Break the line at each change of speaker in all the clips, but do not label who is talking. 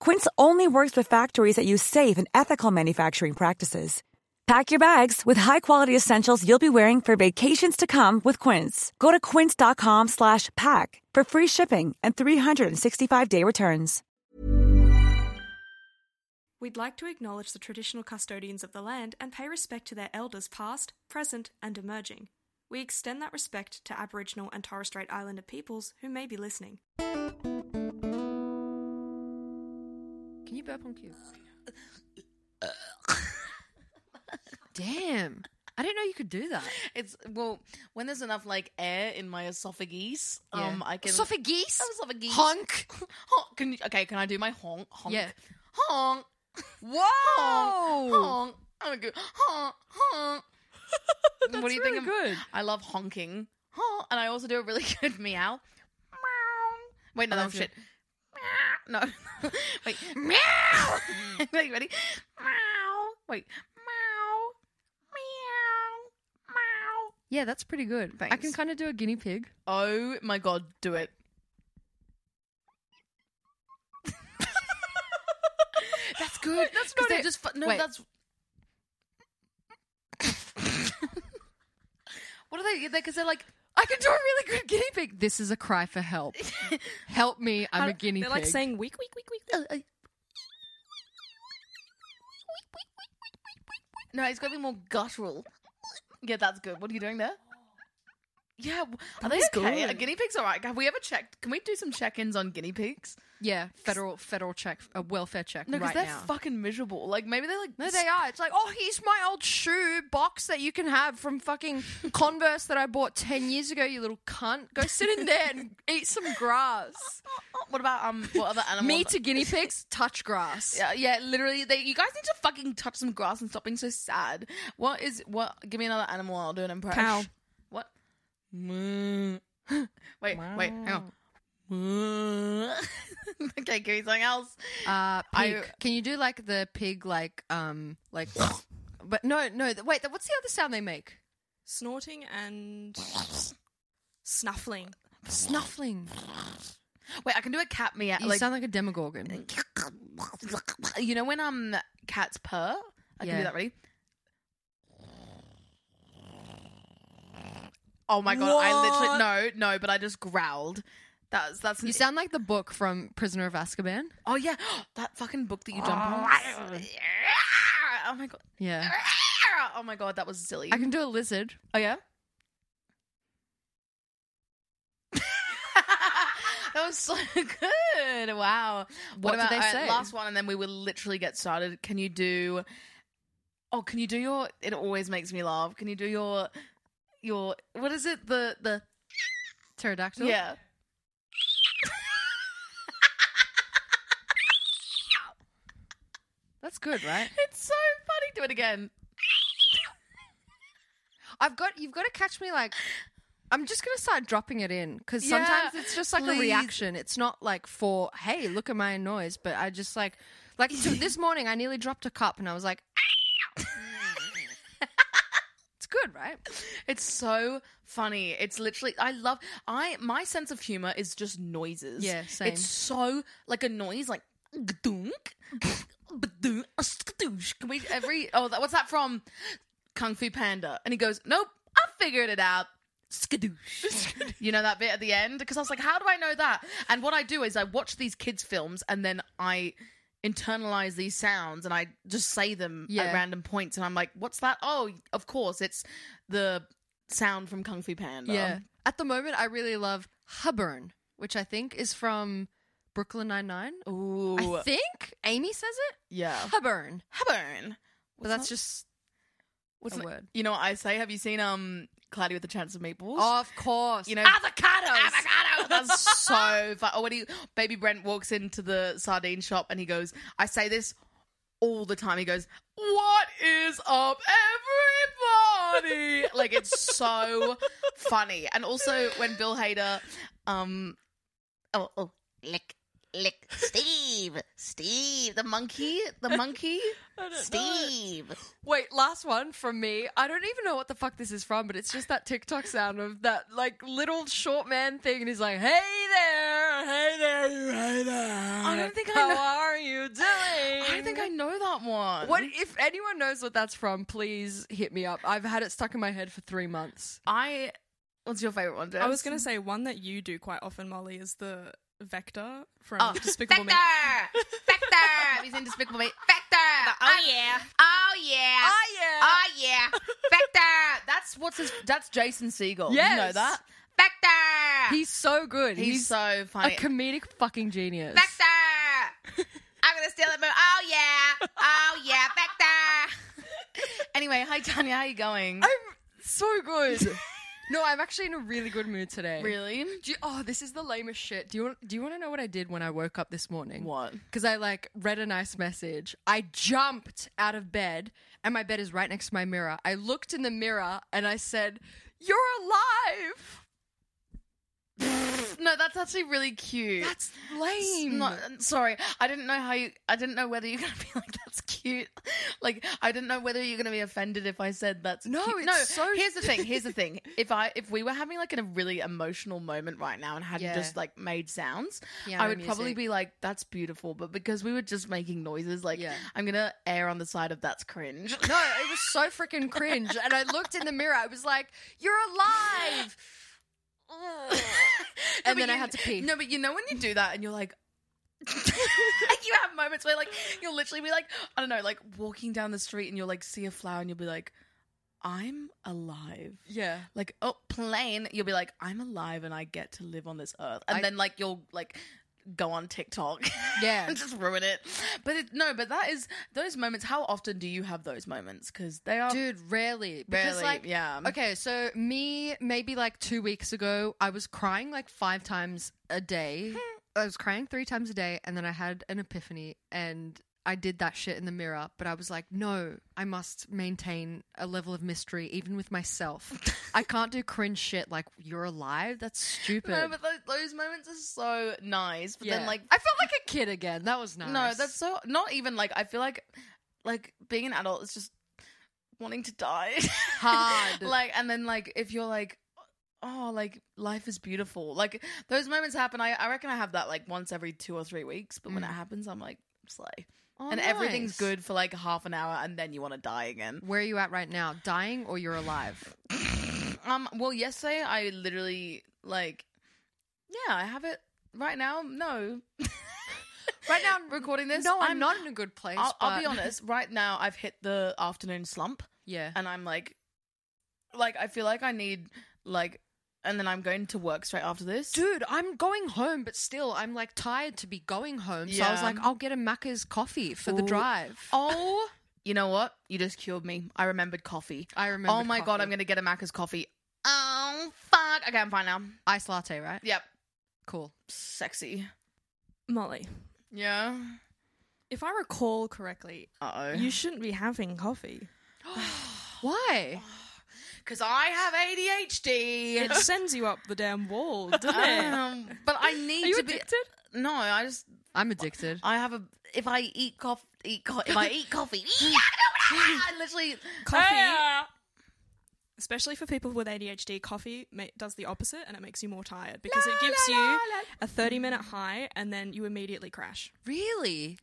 Quince only works with factories that use safe and ethical manufacturing practices. Pack your bags with high-quality essentials you'll be wearing for vacations to come with Quince. Go to quince.com slash pack for free shipping and 365-day returns.
We'd like to acknowledge the traditional custodians of the land and pay respect to their elders past, present, and emerging. We extend that respect to Aboriginal and Torres Strait Islander peoples who may be listening.
Can you burp on cue? Damn. I didn't know you could do that.
It's well, when there's enough like air in my esophagus,
Yeah.
um, I can
Esophagus?
Esophagus.
Honk.
honk. Can you, okay, can I do my honk? Honk.
Yeah.
Honk.
Whoa!
Honk. Honk. I'm a good honk. Honk.
That's really
of-
good.
I love honking. Honk. And I also do a really good meow. Meow. Wait, no,
Oh,
that was shit. Meow. No. Wait. Meow. Wait, ready? Meow. Wait. Meow. Meow. Meow.
Yeah, that's pretty good. I can
Thanks.
kind of do a guinea pig.
Oh my god, do it. that's good.
that's
'cause
not
they
it.
Just fu- no,
Wait.
that's. what are they? Because they're, like.
I can do a really good guinea pig. This is a cry for help. help me! I'm a guinea
They're
pig.
like saying weak, weak, weak, weak.
uh, uh, No, it's got to be more guttural. Yeah, that's good. What are you doing there? Yeah, w- are they
is
okay?
good.
Are guinea pigs all right? Have we ever checked? Can we do some check-ins on guinea pigs?
yeah, federal federal check, a welfare check
No, because
right
they're
now.
fucking miserable. Like maybe they're like
no, they are. It's like, oh, here's my old shoe box that you can have from fucking Converse that I bought ten years ago. You little cunt! Go sit in there and eat some grass.
What about um? What other animals?
Me to guinea pigs, touch grass.
Yeah, yeah, literally. They, you guys need to fucking touch some grass and stop being so sad. What is what? Give me another animal. and I'll do an impression.
Cow.
What? Moo. wait, wait, hang on. Moo. okay, give me something else.
Uh,
I-
pig. Can you do like the pig, like um, like? but no, no. th- Wait, th- what's the other sound they make?
Snorting and snuffling.
Snuffling.
Wait, I can do a cat meow.
You
like,
sound like a demogorgon.
you know when um cats purr. I can
Yeah.
do that. Ready? Oh my god! I literally no, no, but I just growled. That's that's
You sound like the book from Prisoner of Azkaban.
Oh yeah, that fucking book that you jump on. Oh my god.
Yeah.
Oh my god, that was silly.
I can do a lizard.
Oh yeah. that was so good. Wow.
What did they
alright,
say?
Last one, and then we will literally get started. Can you do? Oh, can you do your? It always makes me laugh. Can you do your? Your what is it? The the
Pterodactyl.
yeah.
That's good, right?
It's so funny. Do it again.
I've got. You've got to catch me like. I'm just gonna start dropping it in because
Yeah,
sometimes it's just like a
please.
reaction. It's not like for hey, look at my noise, but I just like like so this morning I nearly dropped a cup and I was like, "Ow." it's good, right?
It's so funny. It's literally I love I my sense of humor is just noises.
Yeah, same.
It's so like a noise like gdunk, bdunk, skdoosh. Can we every oh that, what's that from Kung Fu Panda? And he goes, "Nope, I figured it out." Skadoosh. you know that bit at the end because I was like, "How do I know that?" And what I do is I watch these kids films and then I internalize these sounds and I just say them
Yeah.
at random points and I'm like, what's that? Oh, of course, it's the sound from Kung Fu Panda.
Yeah. At the moment, I really love Hubburn, which I think is from Brooklyn Nine Nine.
Ooh.
I think Amy says it.
yeah.
Hubburn,
Habern.
but that's just
What's
a
not-
word.
You know what I say? Have you seen um Cloudy with a Chance of Meatballs?
of course.
You know,
avocados.
avocado. That's so fun. Oh, when he, baby Brent walks into the sardine shop and he goes, I say this all the time. He goes, What is up, everybody? like, it's so funny. And also, when Bill Hader, um, oh, oh, lick. Lick Steve, Steve, the monkey, the monkey, Steve.
Wait, last one from me. I don't even know what the fuck this is from, but it's just that TikTok sound of that like little short man thing, and he's like, "Hey there, hey there, you hey there.
I don't think I
How
know-
are you doing?
I don't think I know that one.
What if anyone knows what that's from? Please hit me up. I've had it stuck in my head for three months.
I? What's your favorite one? Jess?
I was going to say one that you do quite often, Molly, is the vector from
Oh,
Despicable Me.
Factor! Factor! He's in Despicable Me. Factor! Oh, yeah. Oh, yeah.
Oh, yeah.
Oh, yeah. Factor! That's what's his... That's Jason Segel. You know
Yes.
that? Factor!
He's so good.
He's so
a
funny.
comedic fucking genius.
Factor! I'm going to steal it, move. Oh, yeah. Oh, yeah. Factor! anyway, hi, Tanya. How you going?
I'm so good. no, I'm actually in a really good mood today.
really?
Do you, oh, this is the lamest shit. Do you want, do you want to know what I did when I woke up this morning?
What?
Because I like read a nice message. I jumped out of bed, and my bed is right next to my mirror. I looked in the mirror and I said, "You're alive."
No, that's actually really cute.
That's lame.
Not, sorry, I didn't know how you. I didn't know whether you're gonna be like that's cute. Like I didn't know whether you're gonna be offended if I said that's
No,
Cute.
it's
no.
so-
Here's the thing. Here's the thing. If I if we were having like in a really emotional moment right now and hadn't
Yeah.
just like made sounds,
Piano
I would probably
music.
be like that's beautiful. But because we were just making noises, like
Yeah.
I'm gonna err on the side of that's cringe.
No, it was so freaking cringe. And I looked in the mirror. I was like, "You're alive."
No,
and
but
then I
you-
had to pee.
No, but you know when you do that and you're like, you have moments where like you'll literally be like, I don't know, like walking down the street and you'll like see a flower and you'll be like, I'm alive.
yeah.
Like oh, plane. You'll be like, I'm alive and I get to live on this earth. And
I-
then like you'll like go on TikTok,
Yeah.
and just ruin it. But it, no, but that is those moments. How often do you have those moments? Because they are
Dude, rarely. Because,
Oh. Rarely,
like,
yeah.
Okay, so me, maybe like two weeks ago, I was crying like five times a day. I was crying three times a day, and then I had an epiphany and I did that shit in the mirror, but I was like, no, I must maintain a level of mystery even with myself. I can't do cringe shit like you're alive. That's stupid.
no, but those, those moments are so nice. But
Yeah.
then like
I felt like a kid again. That was nice.
No, that's so not even like I feel like like being an adult is just wanting to die.
Hard.
like and then like if you're like oh like life is beautiful. Like those moments happen. I, I reckon I have that like once every two or three weeks, but when it happens I'm like slay.
Mm. Oh,
and everything's
nice.
good for like half an hour and then you want to die again.
Where are you at right now? Dying or you're alive?
Um well yesterday I literally like yeah, I have it right now. No. right now I'm recording this.
No, I'm, not in a good place.
I'll, I'll be
but-
honest. Right now, I've hit the afternoon slump,
Yeah.
and I'm like, like I feel like I need like, and then I'm going to work straight after this.
Dude, I'm going home, but still, I'm like tired to be going home. So I was
Yeah.
like, I'll get a Macca's coffee for the
Ooh.
drive.
Oh, you know what? You just cured me. I remembered coffee.
I remembered
Oh my god,
coffee.
I'm gonna get a Macca's coffee. Oh fuck. Okay, I'm fine now.
Ice latte, right?
Yep,
Cool.
sexy.
Molly,
Yeah.
if I recall correctly,
Uh oh.
you shouldn't be having coffee.
Why?
Because I have ADHD.
It sends you up the damn wall, doesn't it?
um, but I need
Are you
to
addicted?
be. No, I just
I'm addicted.
I have a. If I eat coffee, eat co- if I eat coffee, I literally
Coffee.
especially for people with ADHD, coffee ma- does the opposite and it makes you more tired because it gives you a 30 minute high and then you immediately crash.
Really?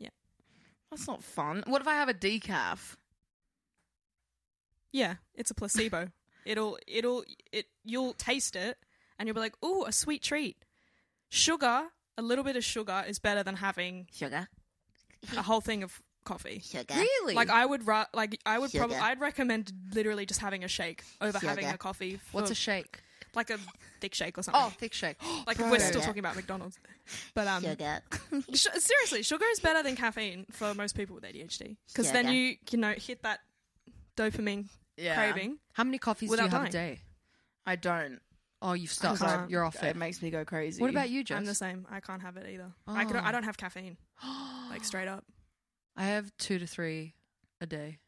That's not fun. What if I have a decaf?
Yeah, it's a placebo. it'll it'll it you'll taste it and you'll be like, "Ooh, a sweet treat." Sugar, a little bit of sugar is better than having
Sugar.
a whole thing of coffee.
Sugar.
Really?
Like I would ra- like I would probably
Sugar.
I'd recommend literally just having a shake over having
Sugar.
a coffee. for-
What's a shake?
like a Oh. thick shake or something.
Oh, thick shake.
like we're still
Sugar.
talking about McDonald's. But um
Sugar.
Sh- seriously, sugar is better than caffeine for most people with ADHD because then
Sugar.
you you know hit that dopamine
Yeah.
craving.
How many coffees do
Without
you have a
dying.
day?
I don't.
Oh, you've
Because
stopped.
I-
You're off it.
It makes me go crazy.
What about you, Jess?
I'm the same. I can't have it either. I could, I don't have caffeine like straight up.
I have two to three a day.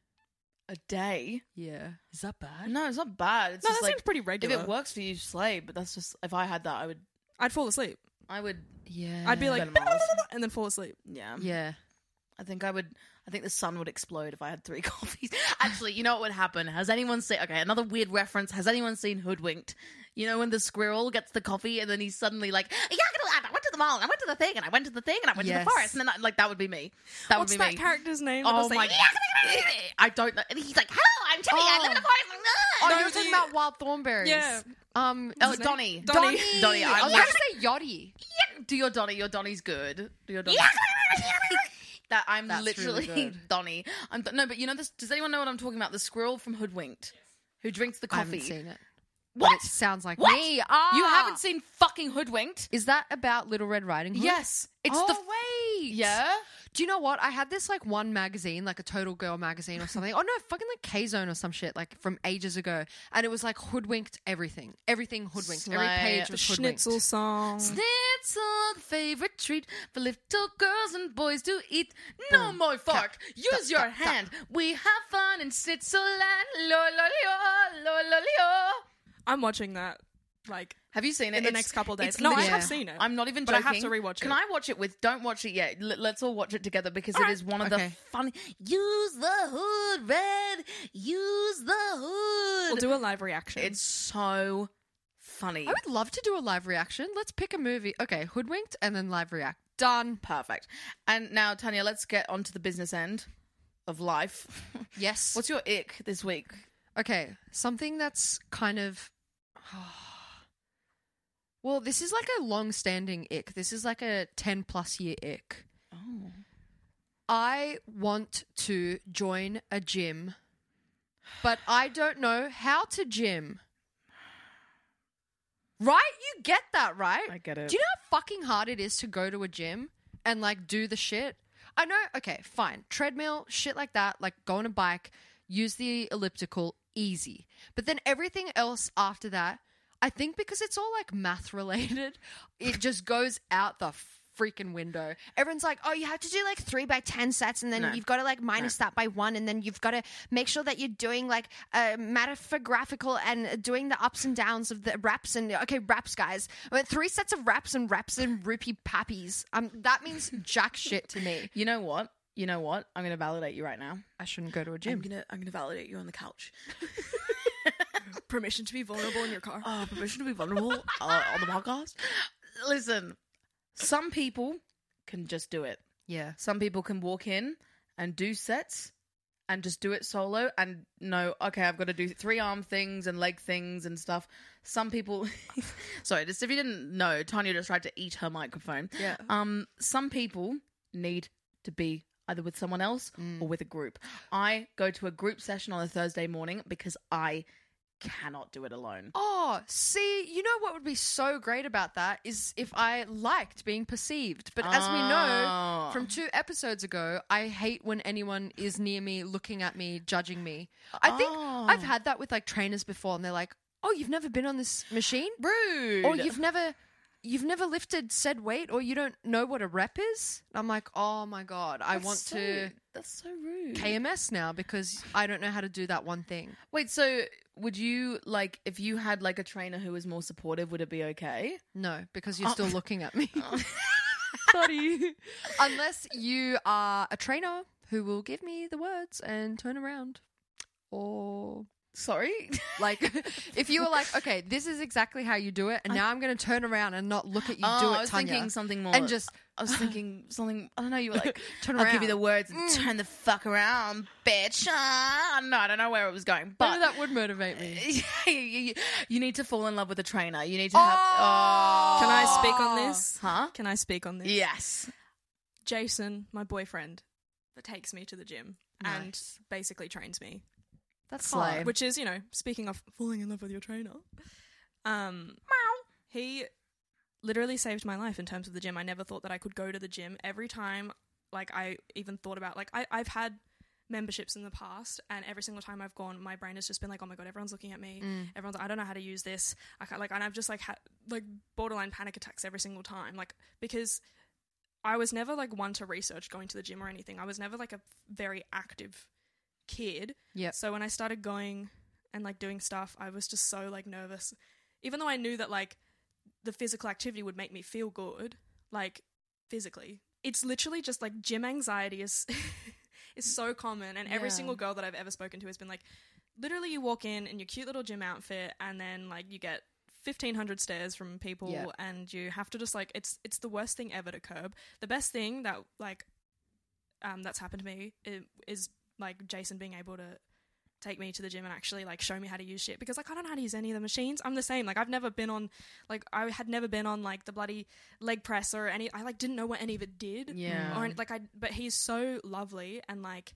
a day?
Yeah. Is that bad?
No, it's not bad. It's
No,
just
that
like
seems pretty
If
regular.
it works for you, slay. But that's just if I had that, I would.
I'd fall asleep.
I would.
Yeah.
I'd be like
Better miles.
and then fall asleep.
Yeah.
yeah.
I think I would. I think the sun would explode if I had three coffees. Actually, you know what would happen? Has anyone seen? Okay, another weird reference. Has anyone seen Hoodwinked? You know when the squirrel gets the coffee and then he's suddenly like, "Yeah, I went to the mall and I went to the thing and I went to the thing and I went to
Yes.
the forest and then I, like that would be me. That
What's
would be
that
me.
character's name? that
Oh
was
my!
like,
I don't know. And he's like, "Hello, I'm Timmy. I live in the forest."
Oh,
No,
you're talking about wild thornberries.
Yeah.
Um.
Oh,
is it-
Donnie.
Donnie.
Donnie.
I
I
was going
love-
to say Yachty.
do your Donnie. Your Donnie's good. Do your Donnie. that I'm
That's really
literally
good.
Donnie. I'm no, but you know this. Does anyone know what I'm talking about? The squirrel from Hoodwinked, who drinks the
I haven't
coffee.
seen it.
What?
It sounds like
What?
me.
You
Ah!
haven't seen fucking Hoodwinked?
Is that about Little Red Riding Hood?
Yes, it's
oh,
the
wait.
yeah.
Do you know what? I had this like one magazine, like a Total Girl magazine or something. oh no, fucking like K Zone or some shit, like from ages ago. And it was like hoodwinked everything. Everything hoodwinked.
Slay.
Every page
The
was hoodwinked.
schnitzel song.
Snitzel, the Mm. favorite treat for little girls and boys to eat. No
Boom,
more fork.
tap,
Use
tap,
your
tap, tap.
hand. We have fun in Snitzelland. Lo lo lo lo lo lo.
I'm watching that. Like
Have you seen it?
In the next couple of days. No, I
literally-
have
seen it.
I'm not even
But I
joking.
have to rewatch
Can
it.
I watch it with? Don't watch it yet. L- let's all watch it together because it is one of the
Okay.
funny. Use the hood, red. Use the hood.
we'll do a live reaction.
It's so funny.
I would love to do a live reaction. Let's pick a movie. Okay, hoodwinked and then live react. Done.
Perfect. And now, Tanya, let's get onto the business end of life.
Yes.
What's your ick this week?
Okay, something that's kind of. well, this is like a long standing ick. This is like a 10 plus year ick.
Oh.
I want to join a gym, but I don't know how to gym. Right? You get that, right?
I get it.
Do you know how fucking hard it is to go to a gym and like do the shit? I know, okay, fine. Treadmill, shit like that, like go on a bike, use the elliptical, easy. But then everything else after that, I think because it's all like math related, it just goes out the freaking window. Everyone's like, oh, you have to do like three by 10 sets and then
No.
you've got to like minus that by one and then you've got to make sure that you're doing like uh, metaphographical and doing the ups and downs of the reps and okay, reps, guys. I mean, three sets of reps and reps and rupee pappies. Um, that means jack shit to me.
You know what? You know what? I'm going to validate you right now.
I shouldn't go to a
I'm
gym.
gonna I'm gonna validate you on the couch.
permission to be vulnerable in your car.
Oh, permission to be vulnerable uh, on the podcast. Listen, some people can just do it.
Yeah.
Some people can walk in and do sets and just do it solo and know, okay, I've got to do three arm things and leg things and stuff. Some people, sorry, just if you didn't know, Tanya just tried to eat her microphone.
Yeah.
Um, some people need to be either with someone else
Mm.
or with a group. I go to a group session on a Thursday morning because I cannot do it alone.
Oh, see, you know what would be so great about that is if I liked being perceived. But as we know
Oh.
from two episodes ago, I hate when anyone is near me, looking at me, judging me. I think I've
Oh.
had that with like trainers before, and they're like, "Oh, you've never been on this machine,
Rude.
or you've never." You've never lifted said weight, or you don't know what a rep is. And I'm like, oh my god, I
That's
want
so-
to
That's so rude.
KMS now because I don't know how to do that one thing.
Wait, so would you like if you had like a trainer who was more supportive? Would it be okay?
No, because
Uh,
you're still looking at me.
Sorry.
Unless you are a trainer who will give me the words and turn around. Or
Sorry.
Like, if you were like, okay, this is exactly how you do it, and now I'm going to turn around and not look at you
oh,
do it,
I was
Tanya,
thinking something more.
and just
I was thinking something. I don't know. You were like,
Turn
I'll give you the
around.
words and turn the fuck around, bitch. Ah, no, I don't know where it was going,
but
but
that would motivate me.
you, you- you need to fall in love with a trainer. You need to have. Oh.
Can I speak on this?
Huh?
Can I speak on this?
Yes.
Jason, my boyfriend, that takes me to the gym and
Nice.
basically trains me,
That's
Slay.
fine.
which is, you know, speaking of falling in love with your trainer, um, he literally saved my life in terms of the gym. I never thought that I could go to the gym. Every time, like, I even thought about, like, I, I've had memberships in the past, and every single time I've gone, my brain has just been like, oh my God, everyone's looking at me. Everyone's, I don't know how to use this. I can't, like, and I've just, like, had, like, borderline panic attacks every single time. Like, because I was never, like, one to research going to the gym or anything. I was never, like, a very active kid.
Yep.
So when I started going and like doing stuff, I was just so like nervous. Even though I knew that like the physical activity would make me feel good, like physically. It's literally just like gym anxiety is is so common and every
Yeah.
single girl that I've ever spoken to has been like literally you walk in in your cute little gym outfit and then like you get 1500 stares from people
Yeah.
and you have to just like it's it's the worst thing ever to curb. The best thing that like um that's happened to me is, is like Jason being able to take me to the gym and actually like show me how to use shit because like I don't know how to use any of the machines. I'm the same. Like I've never been on like I had never been on like the bloody leg press or any I like didn't know what any of it did.
Yeah.
Or any- like I but he's so lovely and like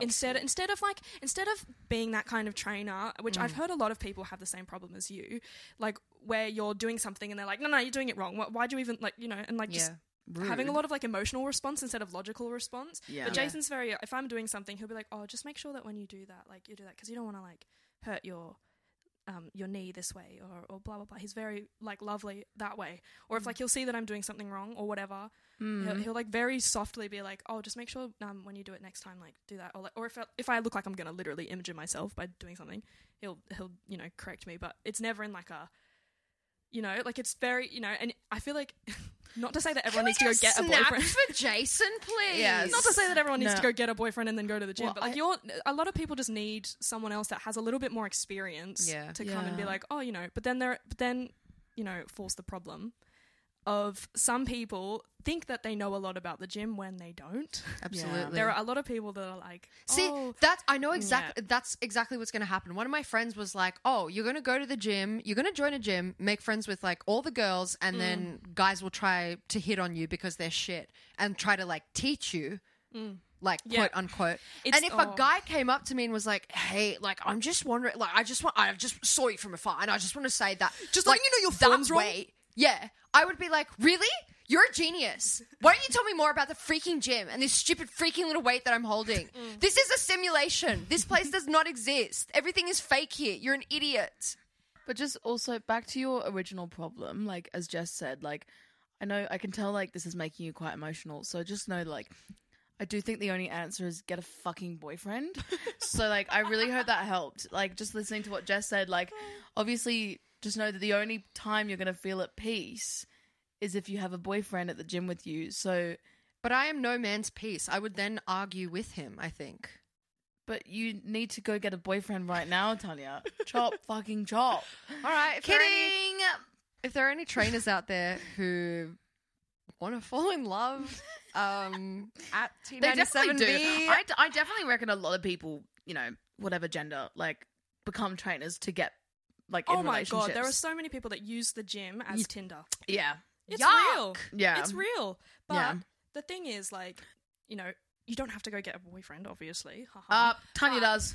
instead instead of like instead of being that kind of trainer, which I've heard a lot of people have the same problem as you, like where you're doing something and they're like, No, no, you're doing it wrong. Why why'd you even like you know, and like just
Yeah.
having a lot of like emotional response instead of logical response.
Yeah.
But
Yeah.
Jason's very if I'm doing something, he'll be like, "Oh, just make sure that when you do that, like you do that because you don't want to like hurt your um your knee this way or or blah blah blah." He's very like lovely that way. Or if like he'll see that I'm doing something wrong or whatever, he'll, he'll like very softly be like, "Oh, just make sure um when you do it next time, like do that." Or like or if I, if I look like I'm gonna literally injure myself by doing something, he'll he'll you know correct me. But it's never in like a you know, like it's very, you know, and I feel like not to say that everyone needs to go get a boyfriend.
for Jason, please.
Yes.
Not to say that everyone needs
No.
to go get a boyfriend and then go to the gym,
Well,
but like
I-
you're a lot of people just need someone else that has a little bit more experience
Yeah.
to come and be
Yeah.
like, oh, you know. But then there, but then you know, force the problem of some people think that they know a lot about the gym when they don't.
Absolutely.
There are a lot of people that are like,
See,
oh,
that's I know exactly that's exactly what's going to happen. One of my friends was like, "Oh, you're going to go to the gym, you're going to join a gym, make friends with like all the girls and then guys will try to hit on you because they're shit and try to like teach you." Like
Yeah.
quote unquote,
It's-
and if
oh.
a guy came up to me and was like, "Hey, like I'm just wondering, like I just want, I just saw you from afar, and I just want to say that,
Just
like
letting you know your
that
form's wrong."
way, yeah, I would be like, really? You're a genius. Why don't you tell me more about the freaking gym and this stupid freaking little weight that I'm holding?
Mm.
This is a simulation. This place does not exist. Everything is fake here. You're an idiot.
But just also back to your original problem, like as Jess said, like I know I can tell like this is making you quite emotional. So just know like I do think the only answer is get a fucking boyfriend. so like I really hope that helped. Like just listening to what Jess said, like obviously just know that the only time you're gonna feel at peace is if you have a boyfriend at the gym with you. So
But I am no man's peace. I would then argue with him, I think.
but you need to go get a boyfriend right now, Tanya. chop fucking chop.
All right. If, there are, any,
Kidding.
if there are any trainers out there who want to fall in love um, at
They definitely do.
T97B,
I, I definitely reckon a lot of people, you know, whatever gender, like become trainers to get like in
oh my
relationships.
god, there are so many people that use the gym as Tinder.
yeah,
It's
Yuck.
real.
Yeah.
It's real. But
Yeah.
the thing is, like, you know, you don't have to go get a boyfriend, obviously. Haha.
uh, Tanya does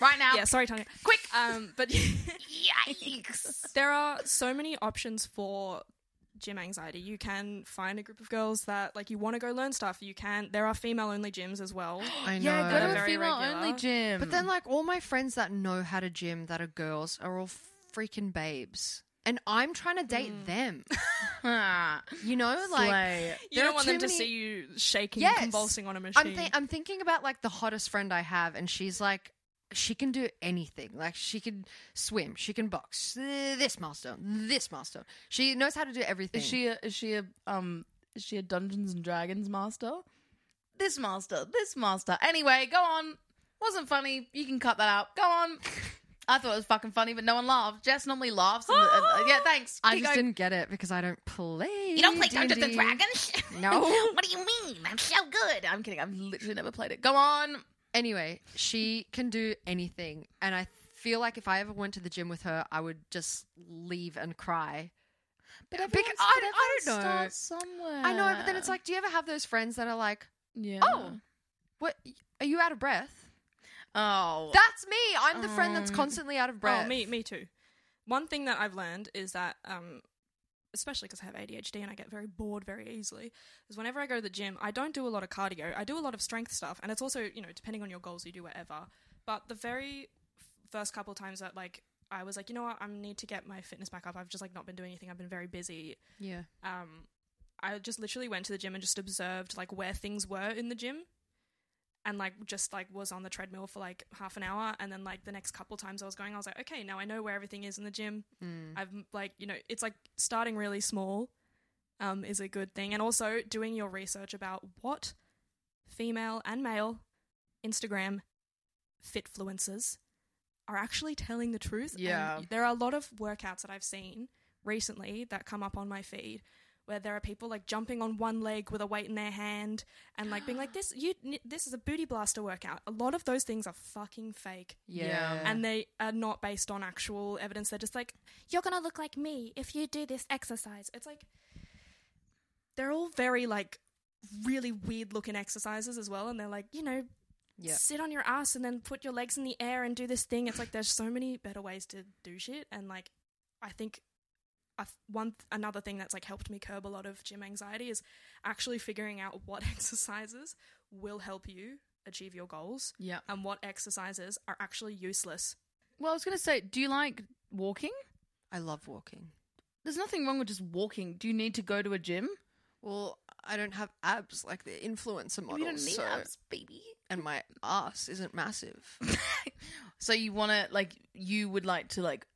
right now.
yeah, sorry, Tanya.
quick.
Um, but
Yikes!
there are so many options for gym anxiety. You can find a group of girls that like you want to go learn stuff. You can. There are female only gyms as well.
I
know.
yeah, go
They're
to a
very
female
regular.
only gym.
But then, like, all my friends that know how to gym that are girls are all freaking babes. And I'm trying to date
Hmm.
them.
Ah,
You know, like.
slay.
You
there
don't
are
want
too
them to
many-
see you shaking,
Yes.
convulsing on a machine.
I'm, thi- I'm thinking about, like, the hottest friend I have, and she's like, she can do anything. Like, she can swim, she can box, th- this milestone, this milestone. She knows how to do everything.
is she a, is she a um is she a Dungeons and Dragons master? This master, this master. Anyway, go on. Wasn't funny. You can cut that out. Go on. I thought it was fucking funny, but no one laughed. Jess normally laughs. And, and- and- yeah, thanks.
I
Keep
just
going.
didn't get it because I don't play.
You don't play Dungeons and
D&D.
Dragons?
No.
what do you mean? I'm so good. I'm kidding. I've literally never played it. Go on.
Anyway, she can do anything, and I feel like if I ever went to the gym with her, I would just leave and cry.
But
Bec-
everyone's-
I-
but
I don't
everyone
know.
starts somewhere.
I know, but then it's like, do you ever have those friends that are like,
yeah.
oh, what? Are you out of breath?
oh,
That's me. I'm the friend that's
Um,
constantly out of breath.
Oh, me, me too. One thing that I've learned is that, um, especially because I have ADHD and I get very bored very easily, is whenever I go to the gym, I don't do a lot of cardio. I do a lot of strength stuff, and it's also you know depending on your goals, you do whatever. But the very f- first couple of times that like I was like, you know what, I need to get my fitness back up. I've just like not been doing anything. I've been very busy.
Yeah.
Um, I just literally went to the gym and just observed like where things were in the gym and like just like was on the treadmill for like half an hour and then like the next couple times I was going I was like okay now I know where everything is in the gym I've like you know it's like starting really small um is a good thing and also doing your research about what female and male Instagram fitfluencers are actually telling the truth And
Yeah.
there are a lot of workouts that I've seen recently that come up on my feed where there are people like jumping on one leg with a weight in their hand and like being like this you this is a booty blaster workout a lot of those things are fucking fake
Yeah.
Yeah.
and they are not based on actual evidence they're just like you're gonna look like me if you do this exercise it's like they're all very like really weird looking exercises as well and they're like you know
yeah.
sit on your ass and then put your legs in the air and do this thing. It's like there's so many better ways to do shit, and like I think a th- one th- another thing that's like helped me curb a lot of gym anxiety is actually figuring out what exercises will help you achieve your goals
yeah.
and what exercises are actually useless.
Well, I was gonna say, do you like walking?
I love walking.
There's nothing wrong with just walking. Do you need to go to a gym?
Well, I don't have abs like the influencer models,
you don't need
so,
abs, baby.
and my ass isn't massive.
So you want to like you would like to like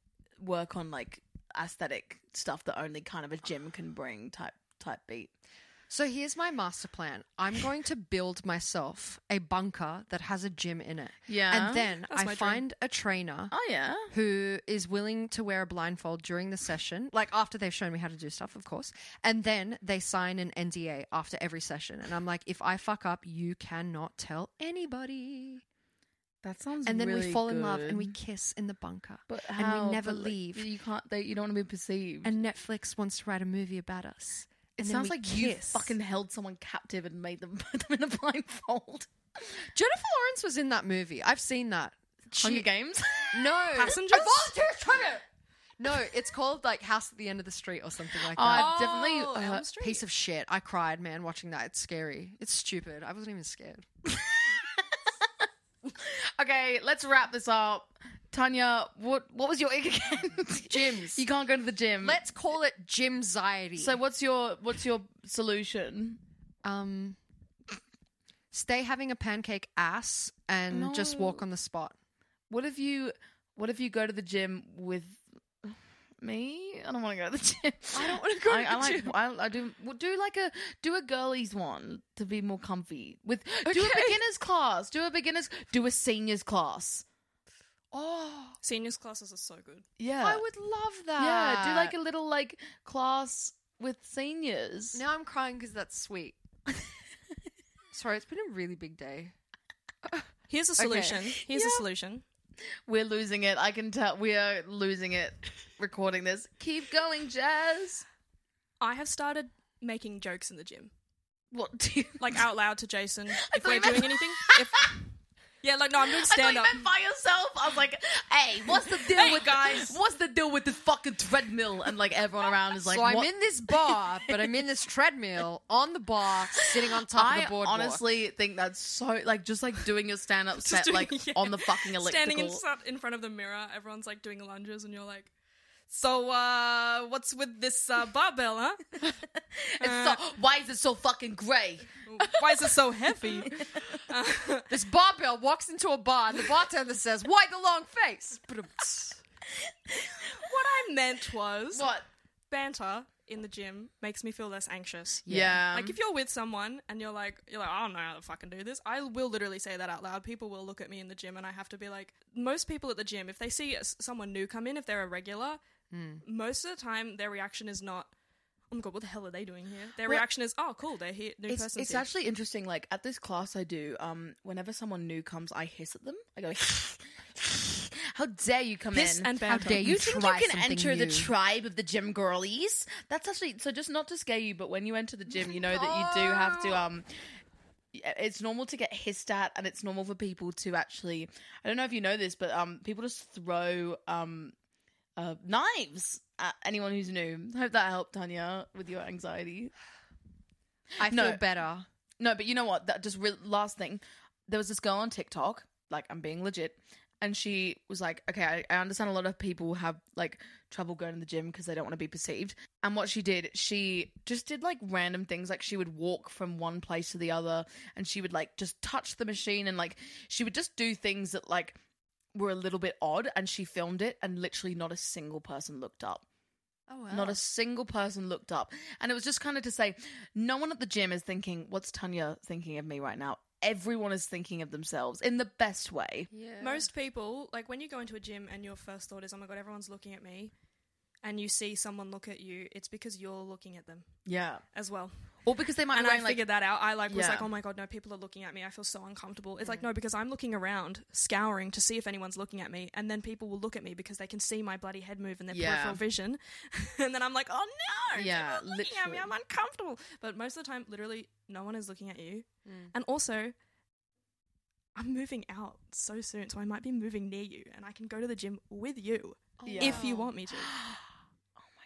work on like aesthetic stuff that only kind of a gym can bring type type beat.
So here's my master plan. I'm going to build myself a bunker that has a gym in it.
Yeah.
And then
That's
I
my dream.
find a trainer
Oh yeah.
who is willing to wear a blindfold during the session, like after they've shown me how to do stuff, of course. And then they sign an NDA after every session. And I'm like, if I fuck up, you cannot tell anybody.
That sounds.
And then we
really
fall in love and we
good.
kiss in the bunker.
But
and
how?
we never
But, like,
leave.
You can't. They, you don't want to be perceived.
and Netflix wants to write a movie about us.
it
And then
sounds
we
like you
kiss.
fucking held someone captive and made them put them in a blindfold.
Jennifer Lawrence was in that movie. I've seen that.
Hunger Games.
No.
Passengers?
Involuntary Trigger! No, it's called like House at the End of the Street or something like
Oh,
that.
I've definitely.
Oh,
uh,
Elm Street.
Piece of shit. I cried, man, watching that. It's scary. It's stupid. I wasn't even scared.
okay, let's wrap this up. Tanya, what what was your ick again?
Gyms.
You can't go to the gym.
Let's call it gymxiety.
So what's your what's your solution?
um, stay having a pancake ass and just walk on the spot.
What if you what if you go to the gym with me? I don't want to go to the gym. I don't want to go I,
to the
like,
gym.
I, I do well, do like a do a girlies one to be more comfy. With do a
Okay.
beginners class. Do a beginners. Do a seniors class.
Oh,
Seniors classes are so good.
Yeah,
I would love that.
Yeah, do like a little like class with seniors.
Now I'm crying because that's sweet. Sorry, it's been a really big day.
Here's a solution. Here's a solution.
We're losing it. I can tell. We are losing it. Recording this. Keep going, Jazz.
I have started making jokes in the gym.
What do you
Like out loud to Jason if
thought
we're
you meant-
doing anything. If Yeah, like no, I'm doing
I thought
stand
you
up.
meant by yourself. I was like, "Hey, what's the deal
Hey,
with
guys.
What's the deal with this fucking treadmill?" And like everyone around is like,
so I'm
what?
in this bar, but I'm in this treadmill on the bar, sitting on top
I
of the boardwalk.
honestly think that's so like just like doing your stand up set
doing-
like
yeah.
on the fucking elliptical.
standing in, front- in front of the mirror everyone's like doing lunges and you're like so uh what's with this uh, barbell huh
it's so, why is it so fucking grey?
why is it so heavy
this barbell walks into a bar, and the bartender says, "Why the long face?"
what i meant was
What?
banter in the gym makes me feel less anxious.
Yeah.
Like if you're with someone and you're like you're like I don't know how to fucking do this, I will literally say that out loud. People will look at me in the gym, and I have to be like, most people at the gym, if they see s- someone new come in, if they're a regular,
Hmm.
most of the time their reaction is not, oh my god, what the hell are they doing here? Their
Well-
reaction is, oh cool, they're here, new
it's,
person's
it's
here."
actually interesting. Like at this class I do, um, whenever someone new comes, I hiss at them. I go, "How dare you come
Hiss
in?
and
How
banter.
dare you?
You
think
try
you can
something
enter the
new."
tribe of the gym girlies? That's actually so. Just not to scare you, but when you enter the gym, you know that you do have to. Um, uh, it's normal to get hissed at, and it's normal for people to actually. I don't know if you know this, but um, people just throw um, uh, knives at anyone who's new. Hope that helped, Tanya, with your anxiety.
I
No.
feel better.
No, but you know what? That just re- last thing. There was this girl on TikTok. Like I'm being legit, and she was like, "Okay, I, I understand a lot of people have like trouble going to the gym because they don't want to be perceived." And what she did, she just did like random things. Like she would walk from one place to the other, and she would like just touch the machine, and like she would just do things that like were a little bit odd. And she filmed it, and literally not a single person looked up.
Oh
Not a single person looked up. And it was just kind of to say, no one at the gym is thinking, what's Tanya thinking of me right now? Everyone is thinking of themselves in the best way.
yeah.
Most people, like when you go into a gym and your first thought is, oh my god, everyone's looking at me, and you see someone look at you, it's because you're looking at them
Yeah.
as well.
Or because they might
and
be
I
wearing,
figured that out. I like was
Yeah. Mm.
like, oh my god, no, people are looking at me. I feel so uncomfortable. It's like no, because I'm looking around, scouring to see if anyone's looking at me, and then people will look at me because they can see my bloody head move in their
Yeah.
peripheral vision, and then I'm like, oh no,
Yeah,
yeah, looking at me,
literally.
I'm uncomfortable. But most of the time, literally, no one is looking at you,
Mm.
and also. I'm moving out so soon, so I might be moving near you, and I can go to the gym with you
Yeah. Oh
if you want me to.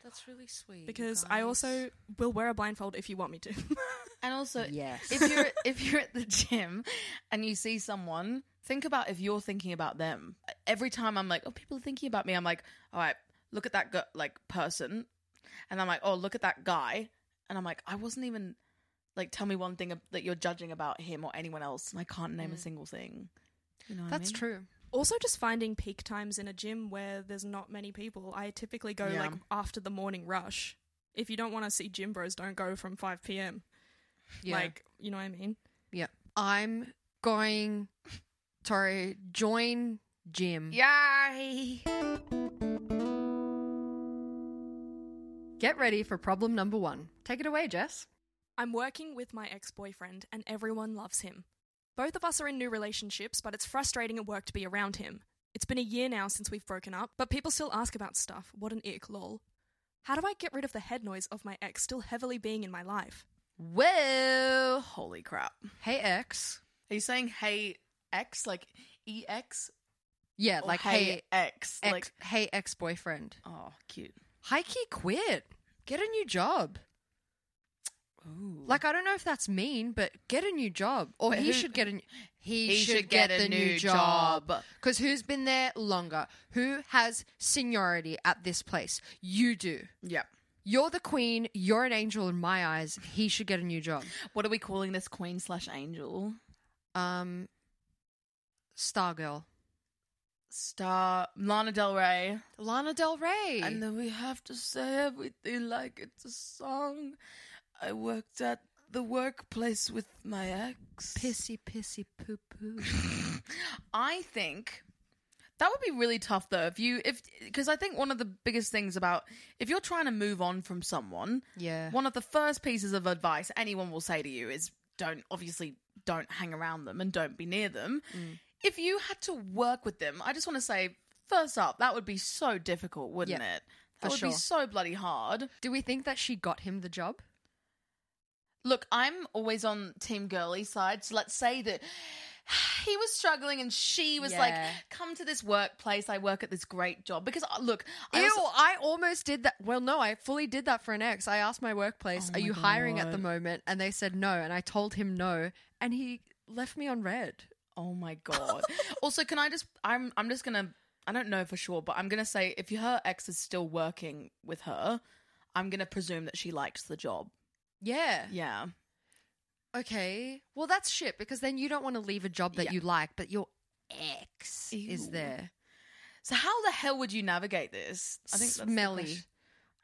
That's really sweet.
Because I also will wear a blindfold if you want me to.
and also
Yes.
if you're if you're at the gym and you see someone, think about if you're thinking about them. Every time I'm like, oh, people are thinking about me. I'm like, all right, look at that gu- like person, and I'm like, oh, look at that guy, and I'm like, I wasn't even like, tell me one thing ab- that you're judging about him or anyone else, and I can't name a single thing. You know what I
Mm. That's
mean?
true.
also just finding peak times in a gym where there's not many people. I typically go
Yeah.
like after the morning rush. If you don't want to see gym bros, don't go from 5 p.m.
Yeah.
Like, you know what I mean?
yeah. I'm going. Sorry, join gym.
Yay!
Get ready for problem number one. Take it away, Jess.
I'm working with my ex boyfriend and everyone loves him. Both of us are in new relationships, but it's frustrating at work to be around him. It's been a year now since we've broken up, but people still ask about stuff. What an ick, lol. How do I get rid of the head noise of my ex still heavily being in my life?
Whoa! Holy crap!
Hey, ex.
Are you saying hey X like E X?
Yeah,
Or
like hey,
X
ex,
like
hey, ex boyfriend.
oh cute.
Heike quit. Get a new job. Like I don't know if that's mean, but get a new job, or
But
he
who-
should get a he, should, get, a new job. Because who's been there longer? Who has seniority at this place? You do.
Yep.
You're the queen. You're an angel in my eyes. He should get a new job.
What are we calling this queen slash angel?
Um, Stargirl,
Star Lana Del Rey.
Lana Del Rey.
And then we have to say everything like it's a song. I worked at the workplace with my ex.
pissy, pissy, poo poo.
I think that would be really tough though if you if because I think one of the biggest things about if you're trying to move on from someone,
Yeah.
one of the first pieces of advice anyone will say to you is don't obviously don't hang around them and don't be near them.
Mm.
If you had to work with them, I just want to say first up that would be so difficult, wouldn't
Yeah,
it? That
for
would be
sure.
so bloody hard.
Do we think that she got him the job?
Look, I'm always on Team Girly side, so let's say that he was struggling and she was like,
Yeah.
come to this workplace, I work at this great job. Because, uh, look, I
Ew,
also-
I almost did that. Well, no, I fully did that for an ex. I asked my workplace,
Oh
Are
my
you hiring at
God.
the moment? And they said no. And I told him no. And he left me on red.
Oh my god. also, can I just I'm I'm just gonna I don't know for sure, but I'm gonna say if her ex is still working with her, I'm gonna presume that she likes the job.
Yeah.
Yeah.
Okay. Well, that's shit because then you don't want to leave a job that
Yeah.
you like, but your ex
Ew.
is there.
So how the hell would you navigate this? that's the
Smelly.
question.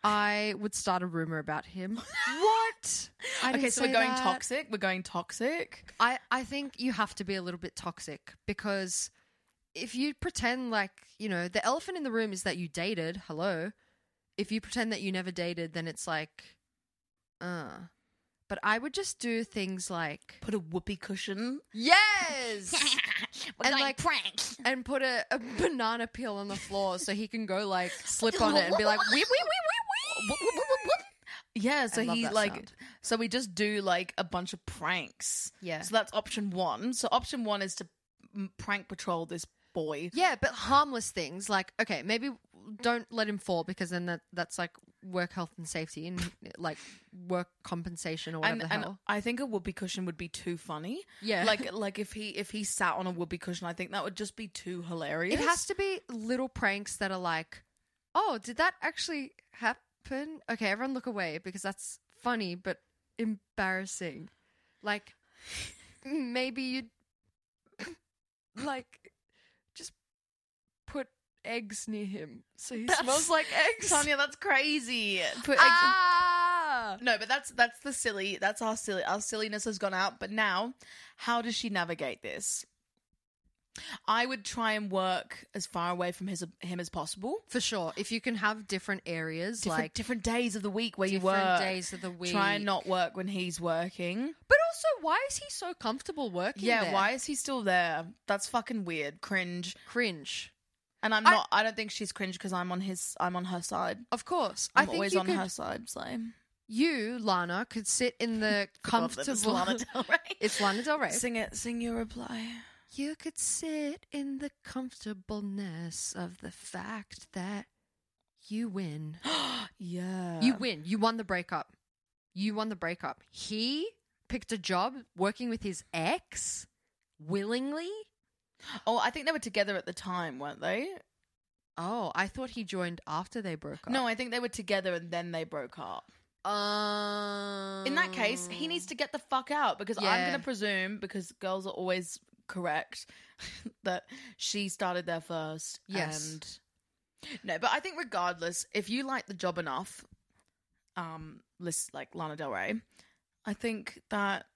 I would start a rumor about him. what? I didn't
okay, so
say
we're going
that.
toxic. We're going toxic.
I, I think you have to be a little bit toxic because if you pretend like, you know, the elephant in the room is that you dated, hello. If you pretend that you never dated, then it's like, uh. But I would just do things like,
Put a whoopee cushion.
yes!
We're
And
going
like-
prank.
and put a, a banana peel on the floor so he can go like slip on it and be like, wee, wee, wee, wee, wee.
Whoop, whoop, whoop, whoop. Yeah, so
love
he
that
like
sound.
so we just do like a bunch of pranks.
Yeah.
So that's option 1. So option 1 is to mm, prank patrol this boy.
Yeah, but harmless things like okay, maybe don't let him fall because then that that's like work health and safety and like work compensation or whatever
And,
the
and
hell.
I think a whoopee cushion would be too funny.
Yeah.
Like like if he if he sat on a whoopee cushion, I think that would just be too hilarious.
It has to be little pranks that are like, oh, did that actually happen? Okay, everyone look away because that's funny but embarrassing. Like maybe you'd like just put eggs near him so he smells like eggs.
Sonia, that's crazy. Put eggs in-
ah!
No, but that's that's the silly. That's our silly. Our silliness has gone out. But now, how does she navigate this? I would try and work as far away from his him as possible.
For sure. If you can have different areas,
Different,
like.
different days of the week where you
Different
work.
days of the
Try and
week.
not work when he's working.
but also, why is he so comfortable working
yeah,
there?
why is he still there? That's fucking weird. Cringe.
Cringe.
And I'm
I-
not. I don't think she's cringe because I'm on his. I'm on her side.
Of course. i
I'm
think
always
you
on
could-
her side. So
You, Lana, could sit in the
God, that
comfortable.
was Lana Del Rey.
It's Lana Del Rey.
sing it. Sing your reply.
You could sit in the comfortableness of the fact that you win.
Yeah.
You win. You won the breakup. You won the breakup. He picked a job working with his ex willingly.
Oh, I think they were together at the time, weren't they?
Oh, I thought he joined after they broke up.
No, I think they were together and then they broke up.
Um,
In that case, he needs to get the fuck out because I'm
Yeah.
going to presume, because girls are always correct, that she started there first.
Yes.
And no, but I think regardless, if you like the job enough, um, list like Lana Del Rey, I think that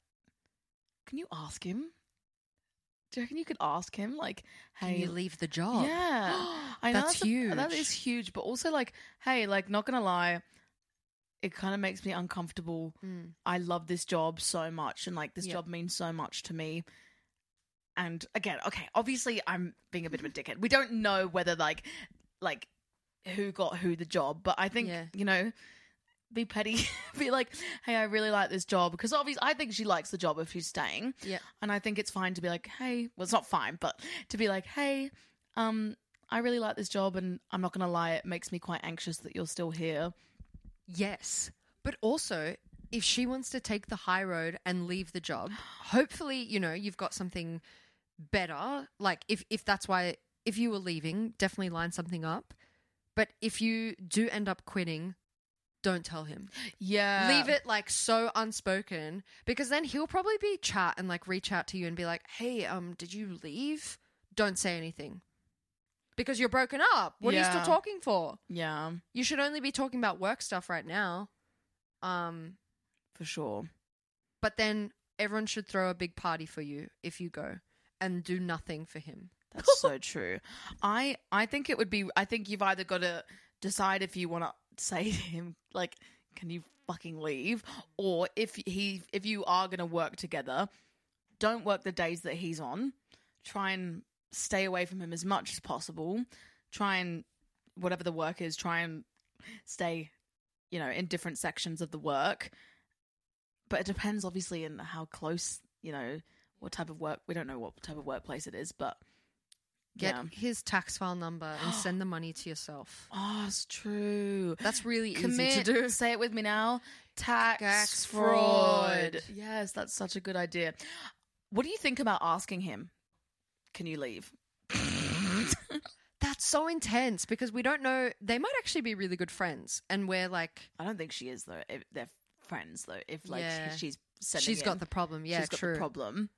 can you ask him? Do you reckon you could ask him like,
Can
hey,
you leave the job?
Yeah, I know
that's,
a-
huge.
that is huge, but also like, hey, like, not gonna lie, it kind of makes me uncomfortable.
Mm.
I love this job so much, and like, this
Yeah.
job means so much to me. And again, okay, obviously, I'm being a bit of a dickhead. We don't know whether like, like, who got who the job, but I think
Yeah.
you know. Be petty. be like, hey, I really like this job because obviously I think she likes the job if she's staying.
Yeah.
And I think it's fine to be like, hey, well, it's not fine, but to be like, hey, um, I really like this job, and I'm not going to lie, it makes me quite anxious that you're still here.
Yes, but also if she wants to take the high road and leave the job, hopefully you know you've got something better. Like if if that's why if you were leaving, definitely line something up. But if you do end up quitting, don't tell him.
Yeah.
leave it like so unspoken because then he'll probably be chat and like reach out to you and be like, "Hey, um, did you leave?" Don't say anything because you're broken up. What are you
Yeah.
still talking for?
Yeah,
You should only be talking about work stuff right now. Um,
for sure.
but then everyone should throw a big party for you if you go and do nothing for him.
That's so true. I I think it would be. I think you've either got to decide if you want to say to him like, "Can you fucking leave?" or if he if you are going to work together, don't work the days that he's on. Try and stay away from him as much as possible. Try and whatever the work is, try and stay, you know, in different sections of the work. But it depends, obviously, in how close, you know, what type of work. We don't know what type of workplace it is, but
Get
yeah.
his tax file number and send the money to yourself.
Oh, it's true.
That's really easy to
Commit.
do.
Say it with me now. Tax,
Tax
fraud.
fraud.
Yes, that's such a good idea. What do you think about asking him? Can you leave?
That's so intense because we don't know. They might actually be really good friends, and we're like,
I don't think she is though. If they're friends though. If like
Yeah.
she's sending,
she's got
him-
the problem. Yeah,
she's got
true.
the problem.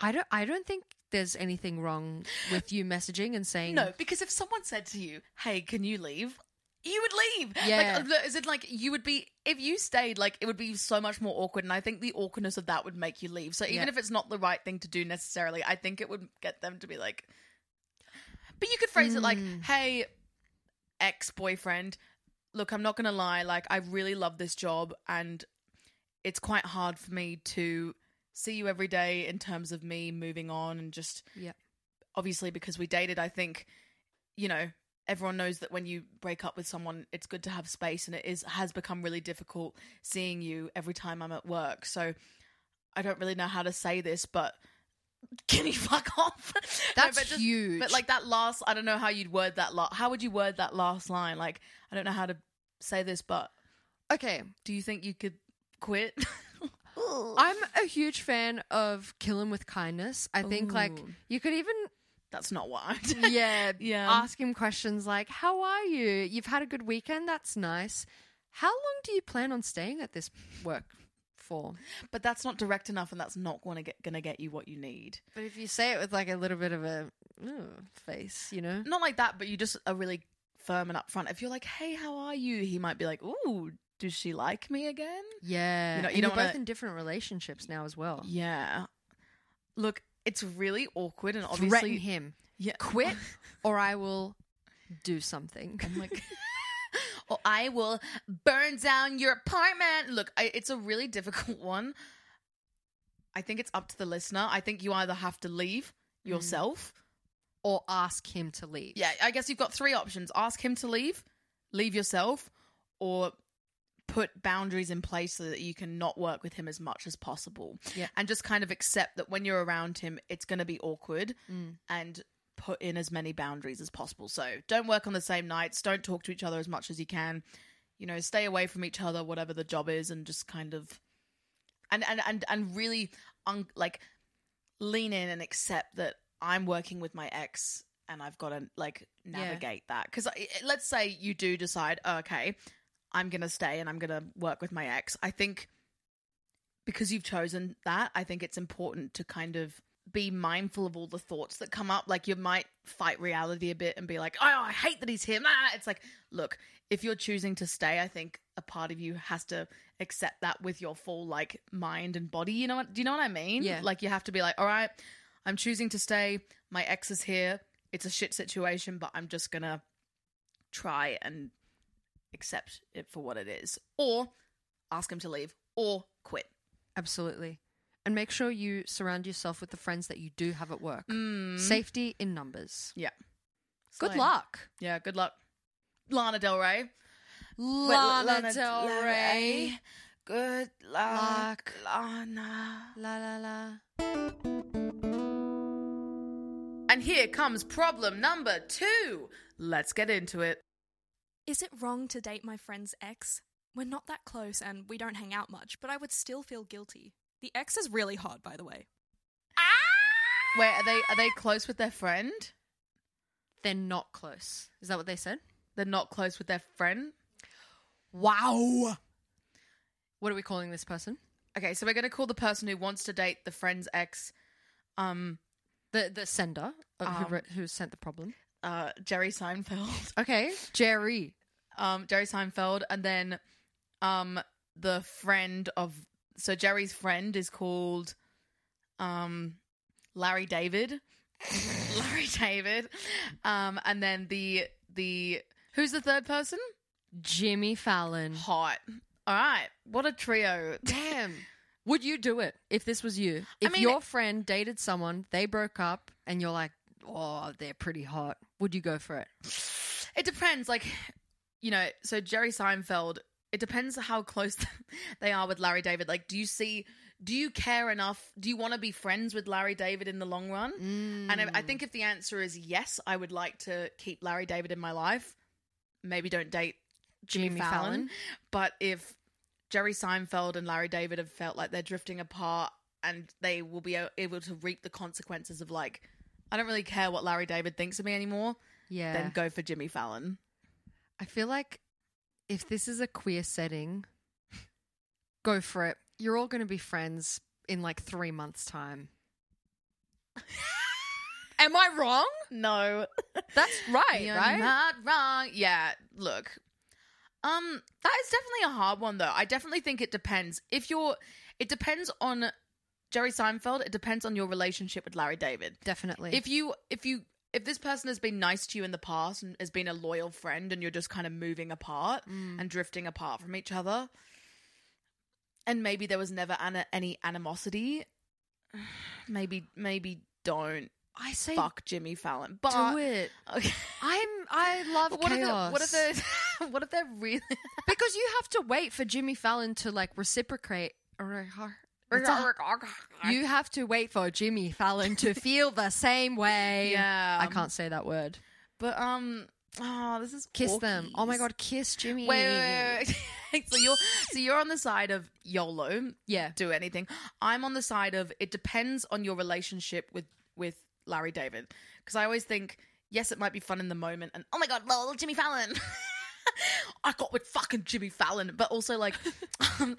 I don't. I don't think there's anything wrong with you messaging and saying
No, because if someone said to you, "Hey, can you leave?" you would leave.
Yeah.
Like, uh, the- is it like you would be if you stayed? Like it would be so much more awkward, and I think the awkwardness of that would make you leave. So even
Yeah.
if it's not the right thing to do necessarily, I think it would get them to be like. But you could phrase it like,
Hmm.
"Hey, ex boyfriend, look, I'm not gonna lie. Like, I really love this job, and it's quite hard for me to see you every day in terms of me moving on and just
Yeah.
obviously because we dated, I think, you know, everyone knows that when you break up with someone, it's good to have space and it is has become really difficult seeing you every time I'm at work. So I don't really know how to say this, but can you fuck off? No,
That's
but just-
huge.
But like that last I don't know how you'd word that lot. How would you word that last line? Like, I don't know how to say this, but
Okay.
do you think you could quit?
I'm a huge fan of kill him with kindness. I think like
Ooh.
you could even
That's not what I did.
yeah,
Yeah.
ask him questions like how are you? You've had a good weekend. That's nice. How long do you plan on staying at this work for?
But that's not direct enough, and that's not gonna get gonna get you what you need.
But if you say it with like a little bit of a "Ooh," face, you know.
Not like that, but you just are really firm and upfront. If you're like, "Hey, how are you?" He might be like, "Ooh, does she like me again?"
Yeah.
You know, you
and
don't
you're
wanna-
both in different relationships now as well.
Yeah. Look, it's really awkward, and obviously,
Threaten him.
yeah,
Quit Oh or I will do something.
I'm like, or I will burn down your apartment. Look, I, it's a really difficult one. I think it's up to the listener. I think you either have to leave yourself.
or ask him to leave.
Yeah, I guess you've got three options ask him to leave, leave yourself, or put boundaries in place so that you can not work with him as much as possible.
Yeah.
And just kind of accept that when you're around him, it's going to be awkward
Mm.
and put in as many boundaries as possible. So don't work on the same nights, don't talk to each other as much as you can. You know, stay away from each other, whatever the job is, and just kind of and and and and really un- like lean in and accept that I'm working with my ex and I've got to like navigate that. 'Cause that because let's say you do decide oh, okay I'm gonna stay and I'm gonna work with my ex I think because you've chosen that I think it's important to kind of be mindful of all the thoughts that come up like you might fight reality a bit and be like oh I hate that he's here ah. it's like look if you're choosing to stay I think a part of you has to accept that with your full like mind and body you know what do you know what I mean
Yeah.
like you have to be like all right I'm choosing to stay. My ex is here. It's a shit situation, but I'm just gonna try and accept it for what it is. Or ask him to leave or quit.
Absolutely. And make sure you surround yourself with the friends that you do have at work. Safety in numbers.
Yeah.
Mm. Good
Slay.
luck.
Yeah, good luck. Lana Del Rey. Wait,
Lana, Del
Del
Rey.
Rey. Good luck, Lana.
La la la.
And here comes problem number two. Let's get into it.
Is it wrong to date my friend's ex? We're not that close and we don't hang out much, but I would still feel guilty. The ex is really hard, by the way.
Wait, are they are they close with their friend?
They're not close. Is that what they said?
They're not close with their friend?
Wow. What are we calling this person?
Okay, so we're going to call the person who wants to date the friend's ex, um,
The the sender of
Um,
who, wrote- who sent the problem.
uh, Jerry Seinfeld.
Okay, Jerry.
Um, Jerry Seinfeld, and then um, the friend of. So Jerry's friend is called um, Larry David. Larry David. Um, and then the the who's the third person?
Jimmy Fallon.
Hot. All right, what a trio.
Damn. Would you do it if this was you? If
mean-
your friend dated someone, they broke up, and you're like, oh, they're pretty hot. Would you go for it?
It depends. Like, you know, so Jerry Seinfeld, it depends how close they are with Larry David. Like, do you see, do you care enough? Do you want to be friends with Larry David in the long run? And
Mm.
I, I think if the answer is yes, I would like to keep Larry David in my life. Maybe don't date Jimmy,
Jimmy
Fallon.
Fallon.
But if Jerry Seinfeld and Larry David have felt like they're drifting apart and they will be a- able to reap the consequences of, like, I don't really care what Larry David thinks of me anymore,
Yeah.
then go for Jimmy Fallon.
I feel like if this is a queer setting, go for it. You're all going to be friends in like three months' time. Am I wrong?
No,
That's right,
you're
right?
not wrong. Yeah, look, Um, that is definitely a hard one though. I definitely think it depends. If you're it depends on Jerry Seinfeld, it depends on your relationship with Larry David.
Definitely.
If you if you if this person has been nice to you in the past and has been a loyal friend and you're just kind of moving apart
Mm.
and drifting apart from each other and maybe there was never ana- any animosity maybe maybe don't
I say
fuck Jimmy Fallon but
do it.
okay
Uh, I'm I love
But what
chaos.
if they're, what if they're what if they're really
because you have to wait for Jimmy Fallon to like reciprocate. It's a- You have to wait for Jimmy Fallon to feel the same way.
Yeah.
I can't say that word.
But um, oh, this is
Kiss them. Oh my
Porky's.
god, kiss Jimmy.
Wait, wait, wait, wait. so you're so you're on the side of YOLO.
Yeah.
do anything. I'm on the side of it depends on your relationship with with Larry David because I always think yes, it might be fun in the moment, and oh my god, lol, Jimmy Fallon. I got with fucking Jimmy Fallon, but also like, um,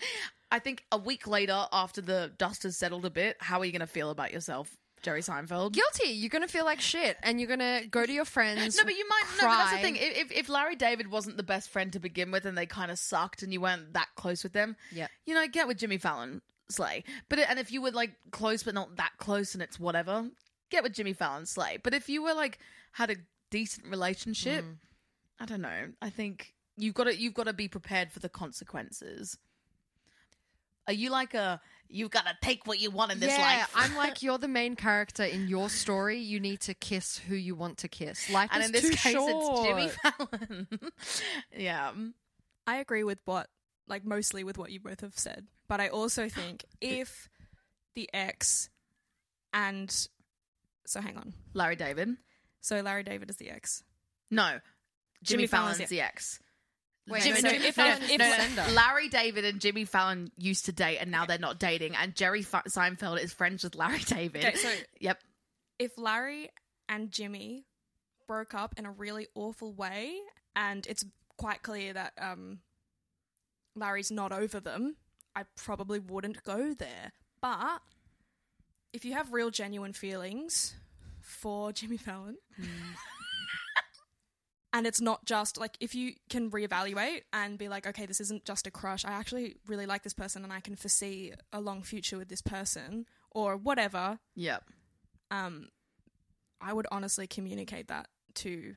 I think a week later after the dust has settled a bit, how are you going to feel about yourself, Jerry Seinfeld?
Guilty. You're gonna feel like shit, and you're gonna go to your friends.
No, but you might. No, but that's the
cry.
thing. If, if if Larry David wasn't the best friend to begin with, and they kind of sucked, and you weren't that close with them,
Yeah.
you know, get with Jimmy Fallon, slay. But it- and if you were like close but not that close, and it's whatever, get with Jimmy Fallon, slay. But if you were like had a decent relationship,
Mm.
I don't know. I think you've got to you've got to be prepared for the consequences. Are you like a you've got to take what you want in this
yeah,
life?
I'm like you're the main character in your story. You need to kiss who you want to kiss. Life
and
is
in this
too
case,
short.
it's Jimmy Fallon. yeah.
I agree with what, like, mostly with what you both have said. But I also think if the ex and. So hang on.
Larry David.
So Larry David is the ex.
No. Jimmy,
Jimmy
Fallon's
Fallon's
the,
the-
ex.
Wait,
Jimmy-
no,
so
Jimmy
if-
Fallon's
if-
the
if-
sender.
Larry David and Jimmy Fallon used to date, and now they're not dating. And Jerry F- Seinfeld is friends with Larry David.
Okay, so-
yep.
If Larry and Jimmy broke up in a really awful way and it's quite clear that um, Larry's not over them, I probably wouldn't go there. But if you have real, genuine feelings for Jimmy Fallon, and it's not just like if you can reevaluate and be like, okay, this isn't just a crush. I actually really like this person, and I can foresee a long future with this person or whatever.
Yep.
Um, I would honestly communicate that to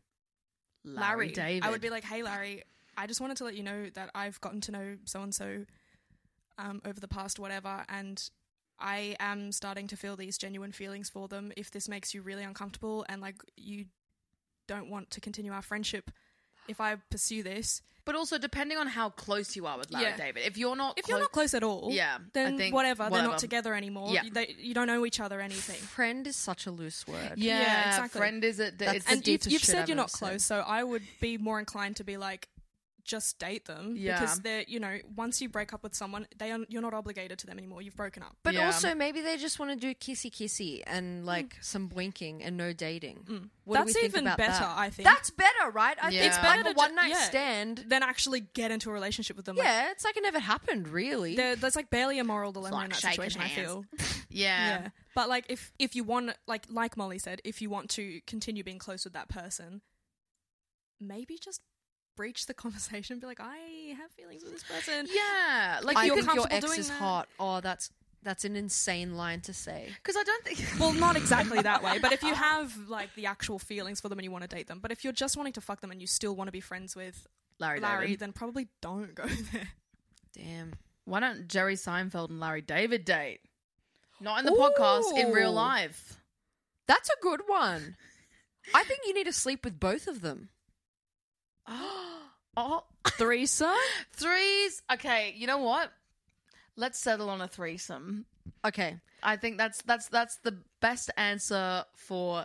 Larry,
Larry.
David.
I would be like, hey, Larry, I just wanted to let you know that I've gotten to know so and so um, over the past whatever, and I am starting to feel these genuine feelings for them. If this makes you really uncomfortable and like you don't want to continue our friendship, if I pursue this,
But also, depending on how close you are with Larry
Yeah.
David, if you're not,
if you're not close at all,
Yeah, I
then
think
whatever, they're
whatever.
not together anymore.
Yeah.
You, they, you don't know each other anything.
Friend is such a loose word.
yeah,
Yeah, exactly.
friend is it?
That's
It's,
the
and you've,
deepest
you've
shit I've
said you're
ever
not
said.
close, so I would be more inclined to be like, just date them
Yeah.
because they're you know once you break up with someone, they are, you're not obligated to them anymore. You've broken up.
But
Yeah. Mm.
also, maybe they just want to do kissy kissy and like some winking and no dating. What do we
That's
think
even
about
better,
that?
I think.
That's better, right? I think
Yeah.
it's
It's
better
better
like a
to ju-
one night
yeah.
stand.
then actually get into a relationship with them. Like,
yeah, it's like it never happened, really.
there, there's like barely a moral dilemma
like
in that
shaking
situation. I
hands.
feel.
yeah.
yeah. But like if if you want like like Molly said, if you want to continue being close with that person, maybe just breach the conversation. Be like, I have feelings with this person.
yeah, Like
I
you're
think your
comfortable
ex
doing
is
that.
hot. Oh, that's that's an insane line to say.
because I don't think.
Well, not exactly that way, but if you have like the actual feelings for them and you want to date them, but if you're just wanting to fuck them and you still want to be friends with
Larry,
Larry,
David.
then probably don't go there.
Damn.
Why don't Jerry Seinfeld and Larry David date? Not in the podcast, in real
Ooh.
life.
That's a good one. I think you need to sleep with both of them.
Oh,
Threesome?
threes. Okay, you know what? Let's settle on a threesome.
Okay.
I think that's that's that's the best answer for.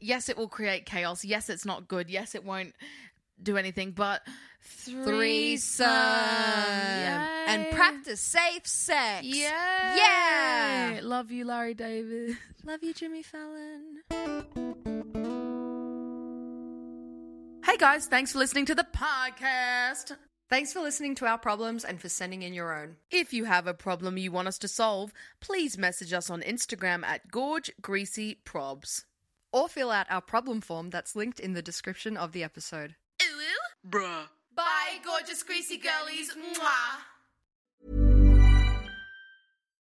Yes, it will create chaos. Yes, it's not good. Yes, it won't do anything. But threesome,
Threesome. And
Yay.
practice safe sex.
Yeah,
Yeah.
Love you, Larry David.
Love you, Jimmy Fallon.
Hey guys, thanks for listening to the podcast.
Thanks for listening to our problems and for sending in your own.
If you have a problem you want us to solve, please message us on Instagram at Gorge Greasy Probs.
Or fill out our problem form that's linked in the description of the episode.
Ooh. Bruh. Bye, gorgeous, greasy girlies. Mwah.